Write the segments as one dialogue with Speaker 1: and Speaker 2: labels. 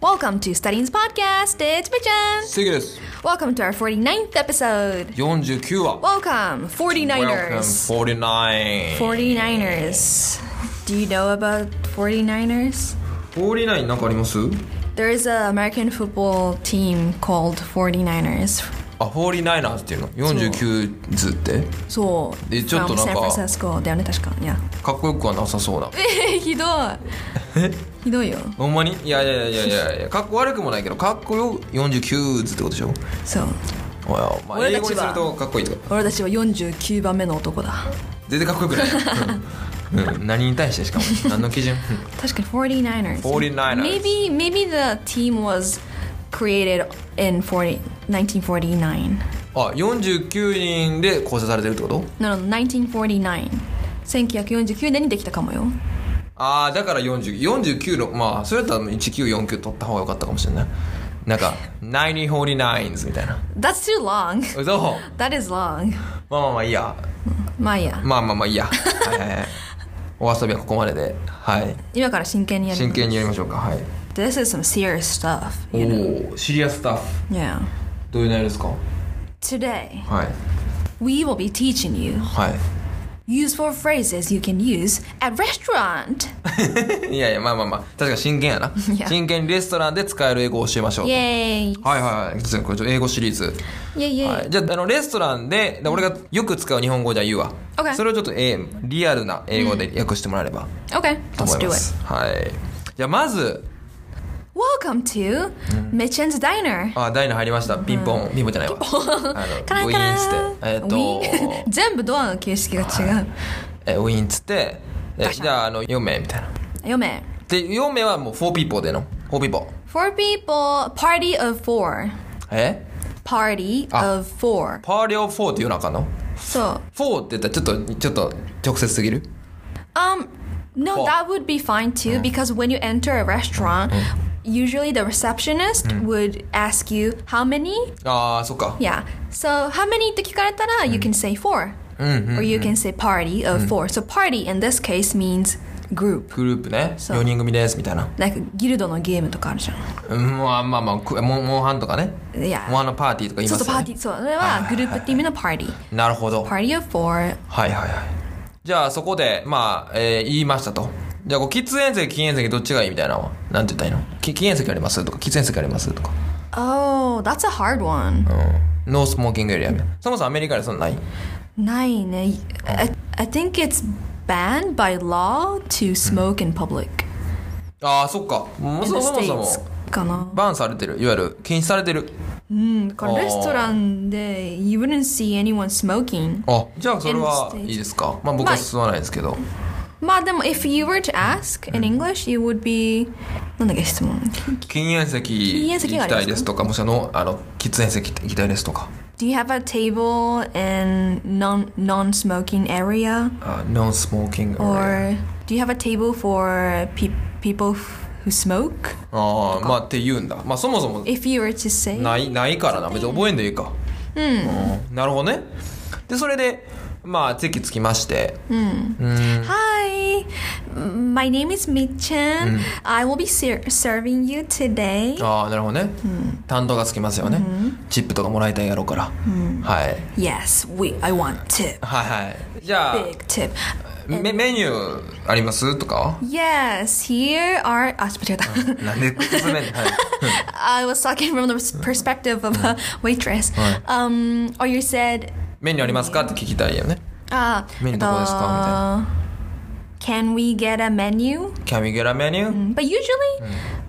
Speaker 1: Welcome to Studying's podcast. It's Michan.
Speaker 2: 次です。
Speaker 1: Welcome to our 49th episode.
Speaker 2: 49話。
Speaker 1: Welcome, 49ers.
Speaker 2: Welcome 49.
Speaker 1: 49ers. Do you know about 49ers?
Speaker 2: 49なんかあります
Speaker 1: There is an American football team called 49ers.
Speaker 2: あ、49ers っていうの ?49 図って
Speaker 1: そう。
Speaker 2: えちょっと
Speaker 1: from
Speaker 2: なん
Speaker 1: San
Speaker 2: か
Speaker 1: Francisco だよね、確か。いや。
Speaker 2: かっこよくはなさそうな。
Speaker 1: え、ひどい。ひどいよ。
Speaker 2: ほんまにいやいやいやいやいや、かっこ悪くもないけど、かっこよ49図ってことでしょ
Speaker 1: そう。
Speaker 2: おやまあ、
Speaker 1: 俺
Speaker 2: 英
Speaker 1: た
Speaker 2: 語
Speaker 1: ちは
Speaker 2: にするとかっこいいとか。
Speaker 1: 俺たちは49番目の男だ。
Speaker 2: 全然かっこよく ない。うんうん、何に対してしかも。何の基準
Speaker 1: 確かに 49ers.
Speaker 2: 49ers.
Speaker 1: Maybe, maybe the team was created in 40, 1949.
Speaker 2: あ、49人で構成されてるってこと
Speaker 1: なので1949。1949年にできたかもよ。
Speaker 2: ああだから40 49のまあそれだったら1949取った方が良かったかもしれないなんか 9049s みたいな
Speaker 1: That's too long.
Speaker 2: 嘘ま
Speaker 1: That is long.
Speaker 2: あまあまあいいや
Speaker 1: まあいいや。
Speaker 2: まあまあまあいいや、はいはいはい、お遊びはここまでではい
Speaker 1: 今から真剣にやり
Speaker 2: 真
Speaker 1: ます。
Speaker 2: 剣にやりましょうかはい
Speaker 1: This is some serious stuff.
Speaker 2: おおシリアスタッフ
Speaker 1: Yeah.
Speaker 2: どういう内容ですかは
Speaker 1: Today,
Speaker 2: い
Speaker 1: we will be teaching you
Speaker 2: は
Speaker 1: useful phrases you can use at restaurant.
Speaker 2: いいやいやまあまあまあ確かに真剣やない
Speaker 1: や
Speaker 2: 真剣にレストランで使える英語を教えましょう
Speaker 1: Yay.
Speaker 2: はいはいはいこれちょっと英語シリーズ
Speaker 1: Yay, yay.
Speaker 2: はい、じゃああのレストランでで俺がよく使う日本語じゃ言うわ、
Speaker 1: OK
Speaker 2: それをちょっと、えーリアルな英語で訳してもらえれば
Speaker 1: Okay, let's
Speaker 2: と思い
Speaker 1: do it.
Speaker 2: ます、はいじゃあまず
Speaker 1: Welcome to
Speaker 2: Mm.
Speaker 1: Mitchen's Diner.
Speaker 2: あダイナ入りましたピンポン、ピンポンじゃないわあの
Speaker 1: カラ
Speaker 2: ウ
Speaker 1: ンカ
Speaker 2: ィーン
Speaker 1: ラ
Speaker 2: っつ
Speaker 1: ン
Speaker 2: ってえ ーっ
Speaker 1: ウィーン
Speaker 2: と、
Speaker 1: 全部ドアの形式が違う。
Speaker 2: えーウィーンっつってえーじゃああの4名みたいな
Speaker 1: 読め。
Speaker 2: で4名はもう4 people での4 people
Speaker 1: Four people, party of four.
Speaker 2: え
Speaker 1: Party
Speaker 2: あ
Speaker 1: of four.
Speaker 2: パーリオ4って言うのあかんの
Speaker 1: そう。
Speaker 2: 4って言ったらちょっとちょっと直接すぎる
Speaker 1: Um, no,
Speaker 2: Four. Mm.
Speaker 1: that would be fine too because when you enter a restaurant, usually the receptionist
Speaker 2: Mm.
Speaker 1: would ask you how many.
Speaker 2: ああそっか
Speaker 1: Yeah. So how many って聞かれたら
Speaker 2: Mm.
Speaker 1: you can say four,
Speaker 2: Mm-hmm,
Speaker 1: or you can say party of four. So party in this case means group.
Speaker 2: グループね
Speaker 1: そう
Speaker 2: 4人組ですみたいな
Speaker 1: なんかギルドのゲームとかあるじゃん。
Speaker 2: うんまあまあまあくモンモンハンとかね
Speaker 1: いや
Speaker 2: モンハンのパーティーとか言い
Speaker 1: そ
Speaker 2: ま
Speaker 1: う
Speaker 2: す
Speaker 1: そう、
Speaker 2: よね
Speaker 1: パーティー、そう、それはグループっていう意味のパーティー。
Speaker 2: なるほど
Speaker 1: パ
Speaker 2: はい
Speaker 1: ーティー of four。
Speaker 2: はいはいじゃあそこでまあ、えー言いましたとじゃあこう喫煙席禁煙席どっちがいいみたいなのはなんて言ったらいいのき禁煙席ありますとか喫煙席ありますとか
Speaker 1: Oh, that's a hard one.
Speaker 2: うんノースモーキングエリアみたいなそもそもアメリカでそんなんない
Speaker 1: ないね。I, I think it's banned by law to smoke in public.
Speaker 2: ああそっかもう
Speaker 1: In
Speaker 2: そ
Speaker 1: the
Speaker 2: もそもそも
Speaker 1: States かな。
Speaker 2: バンされてるいわゆる禁止されてる
Speaker 1: うん、だからレストランで you wouldn't see anyone smoking.
Speaker 2: あじゃあそれは
Speaker 1: In the States
Speaker 2: いいですかまあ僕は吸わないですけど、
Speaker 1: まあでも、if you were to ask in English, you would be なんだっけ質問。
Speaker 2: 禁煙席
Speaker 1: 禁煙
Speaker 2: 行
Speaker 1: 席があ
Speaker 2: き
Speaker 1: りま
Speaker 2: た
Speaker 1: す
Speaker 2: いですとかもしくはのあの喫煙席行きたいですとか
Speaker 1: Do you have a table in non non smoking area?
Speaker 2: あノンスモーキングエリア
Speaker 1: Or do you have a table for pe- people who smoke?
Speaker 2: ああまあって言うんだまあそもそも
Speaker 1: If you were to say.
Speaker 2: ないないからな別に覚えんでいいかうんなるほどねでそれでまあ席つきまして、
Speaker 1: Hmm. Hi, my name is Mitchen. I will be ser- serving you today.
Speaker 2: ああなるほどね、担当がつきますよね、チップとかもらいたいやろうから、はい
Speaker 1: Yes, we. I want tip.
Speaker 2: はいはいじゃあ
Speaker 1: Big tip.
Speaker 2: メメニューありますとか
Speaker 1: Yes, here are. あ、間違えた。
Speaker 2: なんで進めんの、は い
Speaker 1: I was talking from the perspective of a waitress.
Speaker 2: はい
Speaker 1: Um, or you said,
Speaker 2: メニューありますかって聞きたいよね
Speaker 1: あ、
Speaker 2: メニューどこですか
Speaker 1: えっと Can we get a menu?
Speaker 2: キャミゲラメニュ
Speaker 1: Mm,
Speaker 2: ー、
Speaker 1: But usually,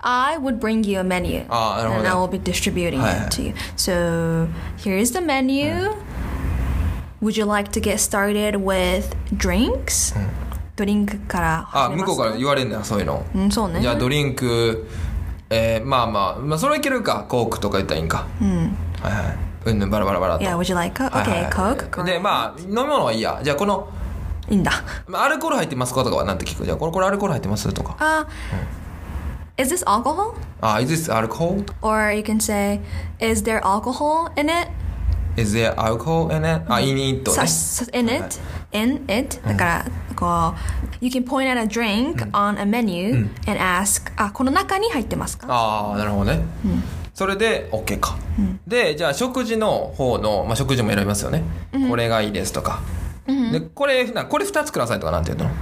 Speaker 1: I would bring you a menu,
Speaker 2: あーなるほど
Speaker 1: and I will be distributing
Speaker 2: はいはい。
Speaker 1: it to you. So here is the menu. Would you like to get started with drinks? ドリンクから
Speaker 2: あ
Speaker 1: 始め
Speaker 2: 向
Speaker 1: ます
Speaker 2: こうから言われるんだよそういうの、
Speaker 1: うんそうね
Speaker 2: じゃあドリンクえー、まあまあまあそれはいけるかコークとか言ったらいいんかうんはいはいうんぬんバラバラバラと
Speaker 1: Yeah, would you like Coke?
Speaker 2: はいはい
Speaker 1: Okay,
Speaker 2: はい
Speaker 1: Coke. correct.
Speaker 2: でまあ飲み物はいいやじゃあこの
Speaker 1: いいんだ。
Speaker 2: まあアルコール入ってますかとかはなんて聞くじゃあこれこれアルコール入ってますとか
Speaker 1: あ、Is this alcohol?
Speaker 2: あ Is this alcohol?
Speaker 1: Or you can say, Is there alcohol in it?
Speaker 2: Is there alcohol in it? あ in it ね
Speaker 1: さ in it? In it? だから、か you can point at a drink on a menu
Speaker 2: うん
Speaker 1: and ask あこの中に入ってますか
Speaker 2: ああなるほどね、それで OK か、でじゃあ食事の方の、まあ、食事も選びますよね、これがいいですとか、でこれなこれ2つくださいとかなんて言うの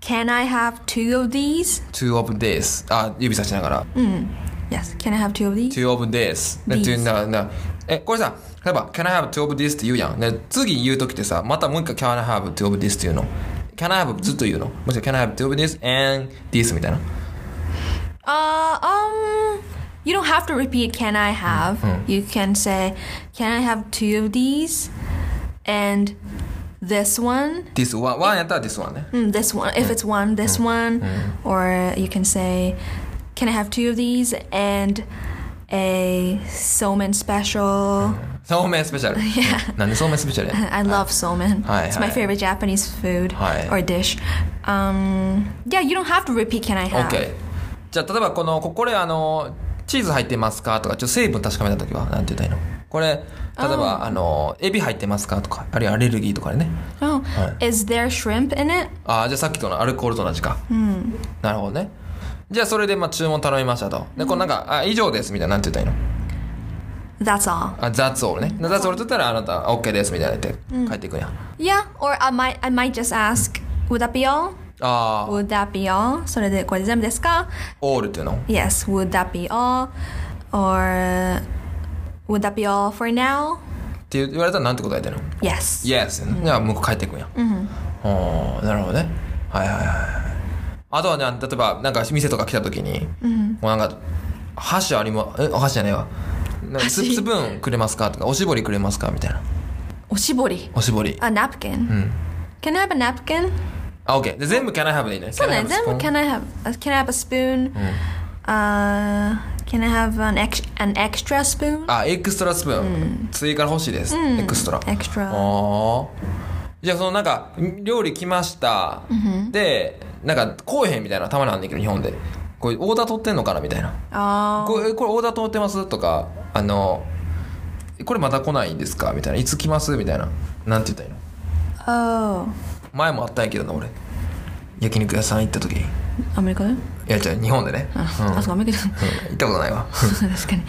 Speaker 1: Can I have two of these?
Speaker 2: ?2 of this あ指さしながら
Speaker 1: うん Yes, can I have two of these?
Speaker 2: two of this で
Speaker 1: These
Speaker 2: 2ななえこれさ例えば can I have two of this って言うやんで次言う時ってさまたもう一回 can I have two of this って言うの can I have ずっと言うのもしくは can I have two of this and this みたいな
Speaker 1: Uh, um, you don't have to repeat can I have.
Speaker 2: Mm.
Speaker 1: You can say can I have two of these and this one.
Speaker 2: this one one やったら this one ね
Speaker 1: Mm, this one
Speaker 2: Hmm.
Speaker 1: if it's one, this one or you can say can I have two of these and a somen special.
Speaker 2: そうめんスペシャルなんでそうめんスペシャルや
Speaker 1: I love somen.
Speaker 2: Hi,
Speaker 1: it's
Speaker 2: hi.
Speaker 1: my favorite Japanese food
Speaker 2: Hi.
Speaker 1: or dish. Um, yeah, you don't have to repeat can I have.
Speaker 2: OK じゃあ例えばこのここれあのチーズ入ってますかとかちょっと成分確かめた時はなんて言ったらいいのこれ例えばあのエビ入ってますかとかあるいはアレルギーとかでね
Speaker 1: Oh,
Speaker 2: Hi.
Speaker 1: is there shrimp in it?
Speaker 2: ああじゃあさっきとのアルコールと同じか、なるほどねじゃあそれでまあ注文頼みましたとでこのなんか「あ以上です」みたいななんて言ったらいいの
Speaker 1: That's all.
Speaker 2: あ「雑音ね「雑音」って言ったら「あなた OK です」みたいな言って帰っていくんや、
Speaker 1: Yeah, or I might I might just ask, would that be all?
Speaker 2: ああ
Speaker 1: Would that be all? それでこれ全部ですか
Speaker 2: 「オール」っていうの
Speaker 1: Yes, would that be all? Or would that be all for now?
Speaker 2: って言われたらなんて答えてるの
Speaker 1: Yes.
Speaker 2: Yes、じゃあ向こう帰っていくんや、おーなるほどねはいはいはいはいあとはね例えばなんか店とか来た時に、もうなんか箸ありもえお箸じゃないわなんかス
Speaker 1: 箸
Speaker 2: スプーンくれますかとかおしぼりくれますかみたいな
Speaker 1: おしぼり。
Speaker 2: おしぼり
Speaker 1: A napkin.、Can
Speaker 2: Hmm.
Speaker 1: I have a napkin?
Speaker 2: あ OK で全部 Can I have でいいね
Speaker 1: そう
Speaker 2: Can I
Speaker 1: ね、
Speaker 2: have a
Speaker 1: 全部
Speaker 2: spoon? Hmm.
Speaker 1: Can I have, can I have a spoon?、Uh, can I have an, ex an extra spoon?
Speaker 2: あエクストラスプーン、追加欲しいです、エクストラ
Speaker 1: Extra.
Speaker 2: Oh. あーじゃあそのなんか料理来ました、でなんかこうへんみたいなたまにあんねんけど日本でこれオーダー取ってんのかなみたいな
Speaker 1: あ
Speaker 2: これこれオーダー通ってますとかあのこれまた来ないんですかみたいないつ来ますみたいななんて言ったらいいの
Speaker 1: ー。Oh.
Speaker 2: 前もあったんやけどな俺焼肉屋さん行った時い
Speaker 1: アメリカで
Speaker 2: や違う日本でね、
Speaker 1: あ、あそうかアメリカ で。
Speaker 2: うん行ったことないわ
Speaker 1: 確かに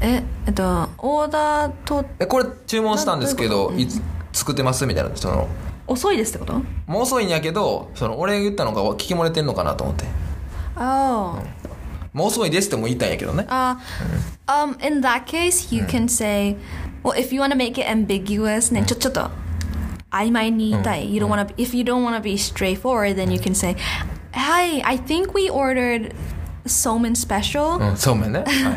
Speaker 1: ええっとオーダーと
Speaker 2: えこれ注文したんですけどいつ作ってますみたいなその
Speaker 1: 遅いですってこと
Speaker 2: もう遅いんやけどその俺が言ったのが聞き漏れてんのかなと思って
Speaker 1: あ
Speaker 2: もう遅いですっても言いたいんやけどね
Speaker 1: あ Uh, um, in that case
Speaker 2: Hmm.
Speaker 1: you can say well if you want to make it ambiguous
Speaker 2: Hmm.
Speaker 1: ねちょちょっと曖昧に言いたい you don't want to if you don't want to be straightforward then you can say hi I think we ordered somen special
Speaker 2: うんそうめ んねはいはい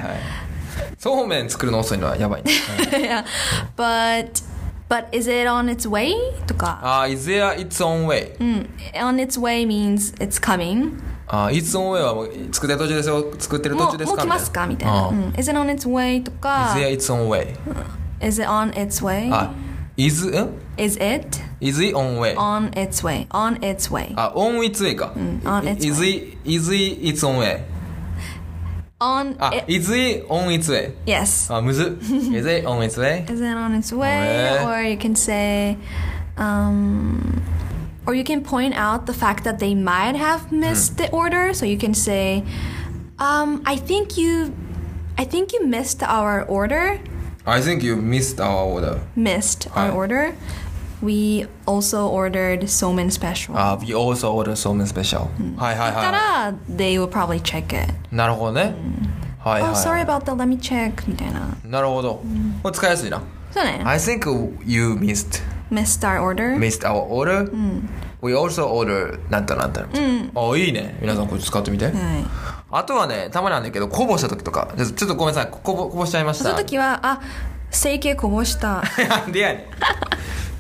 Speaker 2: そうめん作るの遅いのはやばいね Hmm.
Speaker 1: Yeah. but but is it on its way とか
Speaker 2: ああ、is there its own way
Speaker 1: うん on its way means it's coming
Speaker 2: あーいつオンエアはもう作ってる途中ですよ作ってる途
Speaker 1: も
Speaker 2: 中
Speaker 1: う
Speaker 2: で
Speaker 1: も
Speaker 2: す
Speaker 1: う
Speaker 2: か
Speaker 1: 来
Speaker 2: み
Speaker 1: ますかみ
Speaker 2: たいな
Speaker 1: たいな。
Speaker 2: あ
Speaker 1: う
Speaker 2: ー
Speaker 1: ん Hmm. Is it on its way? とか、
Speaker 2: Oh. Is Ah. there its own way
Speaker 1: Is it on its way?
Speaker 2: あ is ん
Speaker 1: Is it
Speaker 2: is it on way
Speaker 1: on its way? On its way. Hmm.
Speaker 2: あ on its way か
Speaker 1: on its
Speaker 2: Ah. is it is it its own way
Speaker 1: On
Speaker 2: あ
Speaker 1: it.
Speaker 2: is it on its way
Speaker 1: Yes.
Speaker 2: あ むずっ is it on its way
Speaker 1: Is it on its way?
Speaker 2: ね
Speaker 1: Or you can say, um, or you can point out the fact that they might have missed the order. So you can say, um, I think you, I think you missed our order.
Speaker 2: I think you missed our order
Speaker 1: Missed our
Speaker 2: Right.
Speaker 1: order. We also ordered somen special.
Speaker 2: あ we also order so many special はいはい
Speaker 1: だ
Speaker 2: は
Speaker 1: から、they will probably check it.
Speaker 2: いなるほどねはい
Speaker 1: Oh,
Speaker 2: は
Speaker 1: sorry
Speaker 2: い
Speaker 1: about that. Let me check. みたいな。
Speaker 2: なるほどこれ使いやすいな
Speaker 1: そうね。
Speaker 2: I think you missed
Speaker 1: Missed our order.
Speaker 2: missed our order、we also order なんたらなんたら、あいいね皆さんこれ使ってみて、
Speaker 1: はい。
Speaker 2: あとはねたまになんだけどこぼした時とかちょっとちょっとごめんなさいここぼこぼしちゃいまし
Speaker 1: そ
Speaker 2: た
Speaker 1: の 時は、あ、整形こぼした。
Speaker 2: なんでや ねん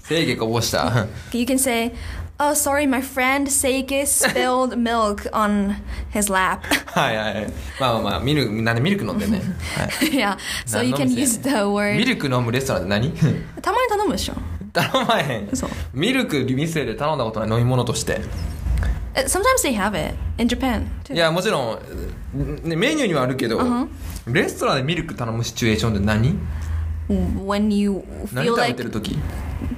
Speaker 2: 正義こぼした
Speaker 1: you can say, oh, sorry, my friend 整形 spilled milk on his lap.
Speaker 2: はいはいはいまあまあまあミルクなんでミルク飲んでんねん、はい
Speaker 1: yeah. So you
Speaker 2: 何の
Speaker 1: can
Speaker 2: 店やねん
Speaker 1: use the
Speaker 2: ミ
Speaker 1: word.
Speaker 2: ルク飲むレストランって何
Speaker 1: たまに頼むでしょ。
Speaker 2: 頼まへん
Speaker 1: 嘘
Speaker 2: ミルク店で頼んだことない飲み物として
Speaker 1: え Uh, Sometimes they have it in Japan.
Speaker 2: い
Speaker 1: too.
Speaker 2: やもちろん、ね、メニューにはあるけど、レストランでミルク頼むシチュエーションって何
Speaker 1: When you
Speaker 2: 何
Speaker 1: feel
Speaker 2: 食べ
Speaker 1: like
Speaker 2: てる時、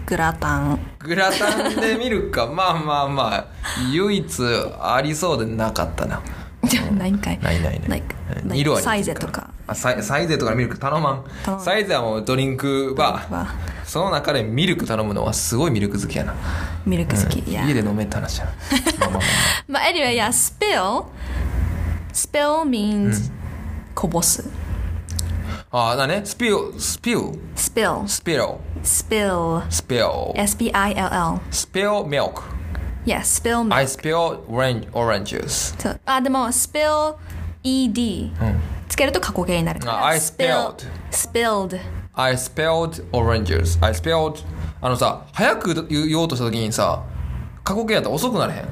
Speaker 1: グラタン
Speaker 2: グラタンで見る かまあまあまあ唯一ありそうでなかったな
Speaker 1: じゃ あないんかい
Speaker 2: ないないない
Speaker 1: Like-
Speaker 2: うん
Speaker 1: like
Speaker 2: 色は似てるら
Speaker 1: サイゼとか
Speaker 2: あサイサイゼとかミルク頼まん
Speaker 1: 頼まん
Speaker 2: サイゼはもうドリンクバー
Speaker 1: バー
Speaker 2: その中でミルク頼むのはすごいミルク好きやな、
Speaker 1: ミルク好き、
Speaker 2: うん
Speaker 1: yeah
Speaker 2: 家で飲めって話 やなまあまあまあ
Speaker 1: But anyway, yeah, spill. Spill means kobosu.
Speaker 2: ああ、だね。スピル、スピル、
Speaker 1: Spill.
Speaker 2: スピル、
Speaker 1: Spill.
Speaker 2: スピル、
Speaker 1: S B I L L.
Speaker 2: スピルミルク。
Speaker 1: Yeah, spill milk.
Speaker 2: I spill orange, orange juice.
Speaker 1: So, あでも spill e ed、つけると過去形になるから
Speaker 2: あ I
Speaker 1: spill- spilled
Speaker 2: I spilled orange juice. I spilled. あのさ、早く言おうとした時にさ、過去形やったら遅くなれへん。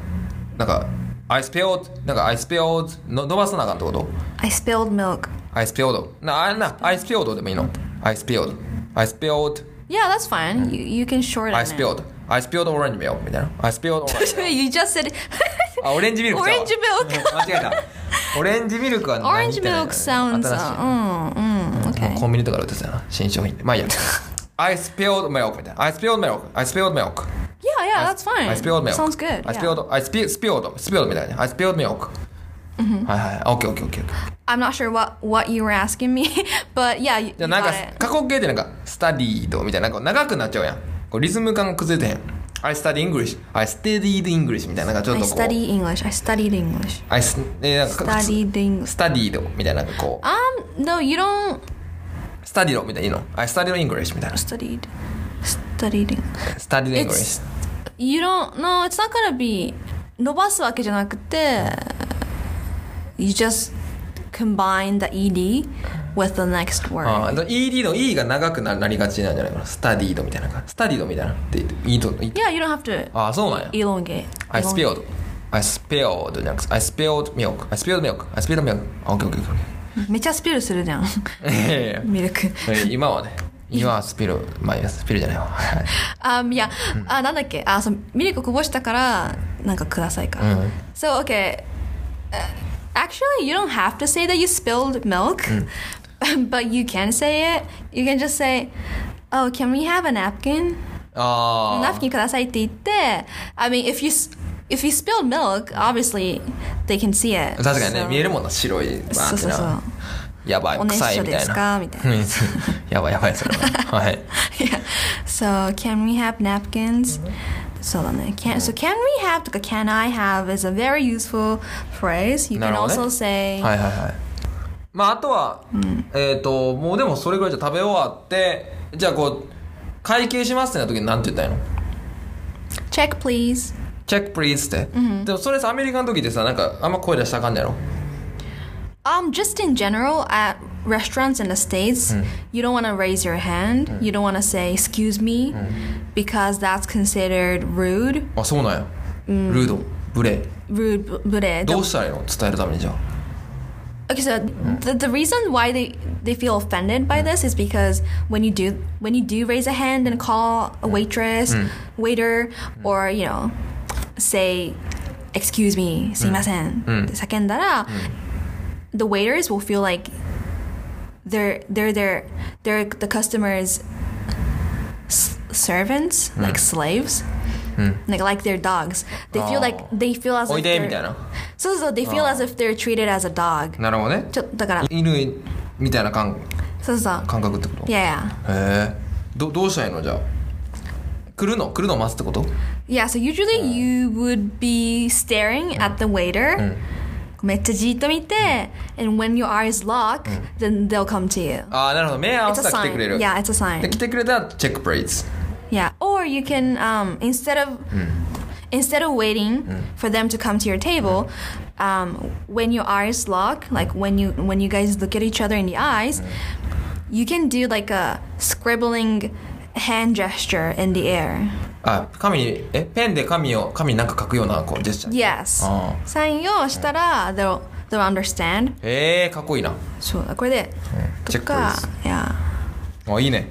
Speaker 2: なんか、I spilled, なんか I spilled の伸ばさなあかんってこと
Speaker 1: I spilled milk
Speaker 2: ?I spilled. な、あんな、I spilled でもいいの ?I spilled. I spilled.
Speaker 1: Yeah, that's fine. You, you can shorten
Speaker 2: I
Speaker 1: it.
Speaker 2: spilled. I spilled orange milk みたいな。I spilled orange milk.
Speaker 1: you just said
Speaker 2: あ、オレンジミルクちゃうわ
Speaker 1: orange milk.
Speaker 2: 間違えた。オレンジミルクは何
Speaker 1: Orange milk sounds.
Speaker 2: 新しい
Speaker 1: Uh, うんうん。
Speaker 2: もう
Speaker 1: Okay.
Speaker 2: コンビニとかで売ってたよな新商品でまあいいや I spilled milk みたいな I spilled milk I spilled milk
Speaker 1: Yeah, yeah, that's fine.
Speaker 2: I spilled milk
Speaker 1: Sounds good. yeah.
Speaker 2: I spilled I spilled spilled spilled みたいな I spilled milk はいはい OKOKOK、OK OK OK
Speaker 1: I'm not sure what what you were asking me, but yeah, you,
Speaker 2: じ
Speaker 1: you
Speaker 2: ゃあなん
Speaker 1: got
Speaker 2: か
Speaker 1: it.
Speaker 2: 過去形でなんか studied みたいななんか長くなっちゃうやんこうリズム感が崩れてへん I study English I studied English みたいななんかちょっ
Speaker 1: I
Speaker 2: とこう
Speaker 1: study English. I studied English.
Speaker 2: I s- えーなんか
Speaker 1: Studied English.
Speaker 2: studied みたいななんかこう
Speaker 1: Um, no, you don't
Speaker 2: studied みたいなの I studied English みたいな
Speaker 1: studied. Studied. English.
Speaker 2: studied English
Speaker 1: It's you don't. No, it's not gonna be. 伸ばすわけじゃなくて you just combine the ed with the next word.
Speaker 2: ああ、だから ED の E が長くななりがちなんじゃないかな。スタディードみたいな感じ。スタディードみたいな。って言って、E と、E と
Speaker 1: yeah, you don't have to
Speaker 2: ああ、そうなんや。
Speaker 1: elongate.
Speaker 2: I
Speaker 1: Elongate.
Speaker 2: spilled. I spilled じゃなくて、I spilled milk. I spilled milk. I spilled milk. あ、OK, OK,
Speaker 1: めっちゃスピルするじゃ ん。
Speaker 2: OK. いやい やい
Speaker 1: ミルク。
Speaker 2: やえ今はね、今はスピル、まあ、スピルじゃないわ。はい
Speaker 1: あ、いや、あ、なんだっけ、あ、そう、ミルクこぼしたから、なんかくださいか。
Speaker 2: うん
Speaker 1: So, okay. Uh, actually, you don't have to say that you spilled milk, but you can say it. You can just say, oh, can we have a napkin?
Speaker 2: ああ。
Speaker 1: ナプキンくださいって言って、I mean, if you, s- if you spilled milk, obviously, they can see it.
Speaker 2: 確かにね、
Speaker 1: So-
Speaker 2: 見えるもんな、白い、バー
Speaker 1: そう
Speaker 2: って
Speaker 1: そうそう
Speaker 2: な。やばい、
Speaker 1: おねしょ
Speaker 2: 臭いみた
Speaker 1: で
Speaker 2: い
Speaker 1: す
Speaker 2: な。
Speaker 1: かみたいな。
Speaker 2: やばい、やばい、それは。はい。
Speaker 1: Yeah. So can we have napkins? そうだね。Can, so can we have とか can I have is a very useful phrase. You
Speaker 2: な
Speaker 1: can
Speaker 2: るほどね
Speaker 1: also say
Speaker 2: はいはいはいまああとは、えっ、ともうでもそれぐらいじゃ食べ終わってじゃあこう会計しますってなった時に何て言ったらいいの
Speaker 1: check please.
Speaker 2: チェックプリーズって、でもそれさアメリカの時ってさなんかあんま声出したらあかんねやろ
Speaker 1: Um, just in general at restaurants in the states, you don't want to raise your hand. You don't want to say excuse me because that's considered rude.
Speaker 2: あそうなんや、ルード無礼
Speaker 1: Rude, bu- 無礼。
Speaker 2: どうしたらいいの伝えるためにじゃあ
Speaker 1: Okay, so the, the reason why they they feel offended by this is because when you do when you do raise a hand and call a waitress,
Speaker 2: Hmm.
Speaker 1: waiter, or you know, say, "Excuse me, すいません,"
Speaker 2: Hmm.
Speaker 1: sakendara, the waiters will feel like they're they're their they're the customers' s- servants, like
Speaker 2: Hmm.
Speaker 1: slaves, like like their dogs. They feel like
Speaker 2: Oh.
Speaker 1: they feel as
Speaker 2: おい
Speaker 1: if
Speaker 2: でみたい
Speaker 1: they're,
Speaker 2: な
Speaker 1: so so they feel as if they're treated as a dog.
Speaker 2: なるほどね
Speaker 1: ちょっとだから、
Speaker 2: 犬みたいな感
Speaker 1: そうそう。
Speaker 2: 感覚ってこと
Speaker 1: い
Speaker 2: へ
Speaker 1: や
Speaker 2: えどどうしたらいいのじゃあ来るの来るのを待つってこと
Speaker 1: いや。Yeah, so usually you would be staring at the waiter. めっちゃじっと見て、and when your eyes lock, then they'll come to you.
Speaker 2: ああなるほど目合わ
Speaker 1: It's
Speaker 2: せ
Speaker 1: a
Speaker 2: たら来てくれ
Speaker 1: sign.
Speaker 2: る
Speaker 1: Yeah, it's a
Speaker 2: で
Speaker 1: sign.
Speaker 2: 来てくれたらチェックプリーズ
Speaker 1: Yeah, or you can um instead of instead of waiting for them to come to your table, um when your eyes lock, like when you when you guys look at each other in the eyes, you can do like a scribbling hand gesture in the air.
Speaker 2: あ紙にえペンで紙を紙に何か書くようなこうジェスチャー
Speaker 1: Yes.
Speaker 2: あ
Speaker 1: サインをしたら、they'll, they'll understand.
Speaker 2: えー、かっこいいな
Speaker 1: そうだ、これで。
Speaker 2: チ
Speaker 1: と
Speaker 2: ェック
Speaker 1: か、いや、
Speaker 2: あいいね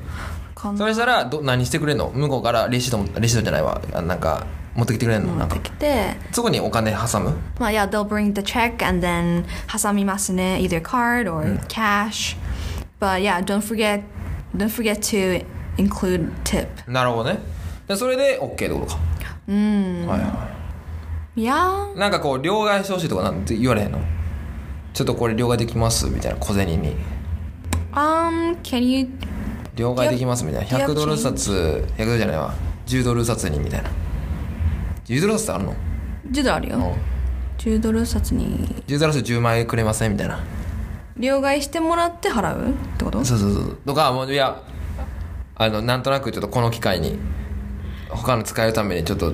Speaker 1: こん
Speaker 2: それしたらど何してくれんの向こうからレシートもレシートじゃないわあなんか持ってきてくれんのなんか
Speaker 1: できて、
Speaker 2: そこにお金挟む
Speaker 1: まあ、いや、they'll bring the check and then 挟みますね。either card or cash. But yeah, don't forget, don't forget to include tip.
Speaker 2: なるほどねでそれで OK ってことかうんはいはい
Speaker 1: Yeah.
Speaker 2: なんかこう両替してほしいとかなんて言われへんのちょっとこれ両替できますみたいな小銭に
Speaker 1: Um, can you
Speaker 2: 両替できますみたいな
Speaker 1: Yup.
Speaker 2: 100ドル札100ドルじゃないわ10ドル札にみたいな10ドル札ってあるの
Speaker 1: 10ドルある
Speaker 2: Oh.
Speaker 1: よ。10ドル札に
Speaker 2: 10ドル札10万円くれませんみたいな
Speaker 1: 両替してもらって払うってこと
Speaker 2: そうそうそうとかもういやあのなんとなくちょっとこの機会に他の使えるためにちょっと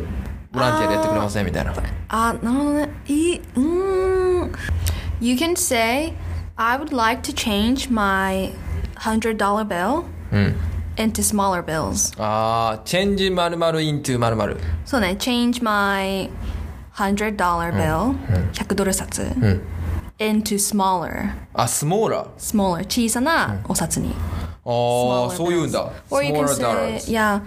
Speaker 2: ボランティアでやってくれませんみたいな
Speaker 1: あ、なるほどね。いい、うーん。You mm, can say, I would like to change my $100 bill
Speaker 2: うん
Speaker 1: into smaller bills.
Speaker 2: ああチェンジまるまるイントゥまるまる
Speaker 1: そうね、change my $100 bill、100ドル札、into smaller,
Speaker 2: あスモーラー
Speaker 1: smaller 小さなお札に。
Speaker 2: あ
Speaker 1: smaller
Speaker 2: あそういうんだ
Speaker 1: bills. Or you can
Speaker 2: smaller
Speaker 1: say,
Speaker 2: dollars
Speaker 1: yeah,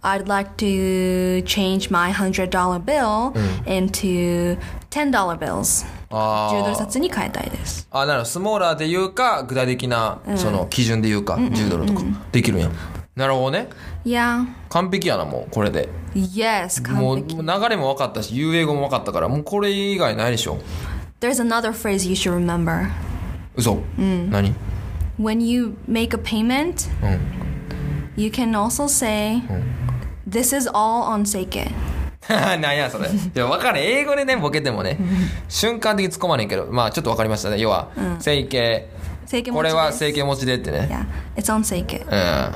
Speaker 1: I'd like to change my $100 bill into $10 bills.
Speaker 2: あー
Speaker 1: 10ドル札に変えたいです。
Speaker 2: あなるほどスモーラーで言うか具体的なその基準で言うか、10ドルとかできるんや、なるほどね
Speaker 1: Yeah,
Speaker 2: 完璧やなもうこれで
Speaker 1: yes,
Speaker 2: もう
Speaker 1: 完璧。
Speaker 2: もう流れも分かったし遊英語も分かったからもうこれ以外ないでしょ
Speaker 1: There's another phrase you should remember.
Speaker 2: 嘘、何
Speaker 1: When you make a payment, you can also say, this is all on Seike.
Speaker 2: なんやそれいや分かる英語でねボケてもね瞬間的に突っ込まねんけどまあちょっと分かりましたね要は整形、
Speaker 1: 整形持ちです
Speaker 2: これは整形持ちでってね
Speaker 1: Yeah, it's on Seike.
Speaker 2: うん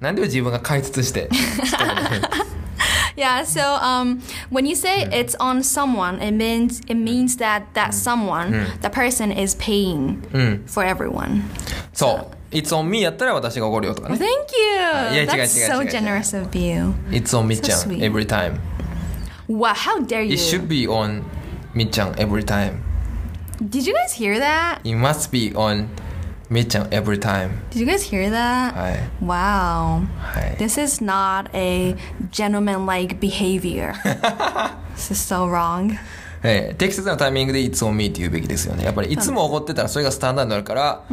Speaker 2: なんで自分が解説して
Speaker 1: Yeah, so um, when you say it's on someone, it means it means that that someone, the person is paying for everyone.
Speaker 2: そう「It's on me」やったら私が怒るよとかね
Speaker 1: Thank you.
Speaker 2: Oh, yeah, chica,
Speaker 1: That's
Speaker 2: chica,
Speaker 1: so
Speaker 2: chica,
Speaker 1: generous of you.
Speaker 2: 「It's on me ちゃん
Speaker 1: So sweet.
Speaker 2: every time」
Speaker 1: Wow, how dare
Speaker 2: It
Speaker 1: you?
Speaker 2: should be on みっちゃん every time.
Speaker 1: Did you guys hear that?
Speaker 2: It must be on みっちゃん every time.
Speaker 1: Did you guys hear that?
Speaker 2: はい。
Speaker 1: Wow.
Speaker 2: はい。
Speaker 1: This is not a gentleman like behavior. this is so wrong.
Speaker 2: えー適切なタイミングで It's on me って言うべきですよね。やっぱりいつも怒ってたらそれがスタンダードになるから、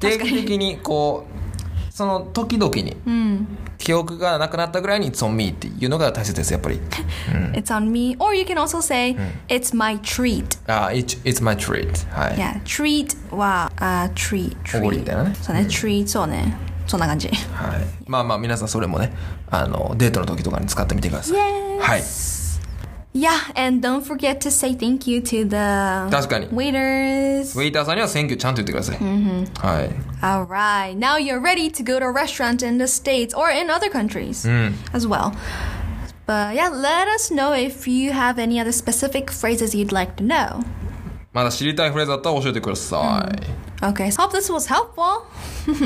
Speaker 2: 定期的にこう、その時々に、記憶がなくなったぐらいに It's on me っていうのが大切です、やっぱり。
Speaker 1: It's on me. Or you can also say, it's my treat.
Speaker 2: あ、It's it's my treat. はい。
Speaker 1: Yeah, treat は、あ treat,
Speaker 2: お
Speaker 1: treat.
Speaker 2: ごりみたいなね。
Speaker 1: そうね、treat, そうね。そんな感じ。
Speaker 2: はい。まあまあ皆さんそれもね、あの、デートの時とかに使ってみてください。はい。
Speaker 1: Yeah, and don't forget to say thank you to the
Speaker 2: 確かに。
Speaker 1: waiters.
Speaker 2: ウェイターさんには Thank you ちゃんと言ってください。はい。
Speaker 1: All right, now you're ready to go to a restaurant in the States or in other countries as well. But yeah, let us know if you have any other specific phrases you'd like to know.
Speaker 2: まだ知りたいフレーズだったら教えてください。
Speaker 1: Okay, so hope this was helpful.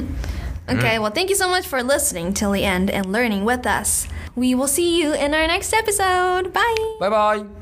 Speaker 1: okay, well, thank you so much for listening till the end and learning with us. We will see you in our next episode. Bye.
Speaker 2: バイバイ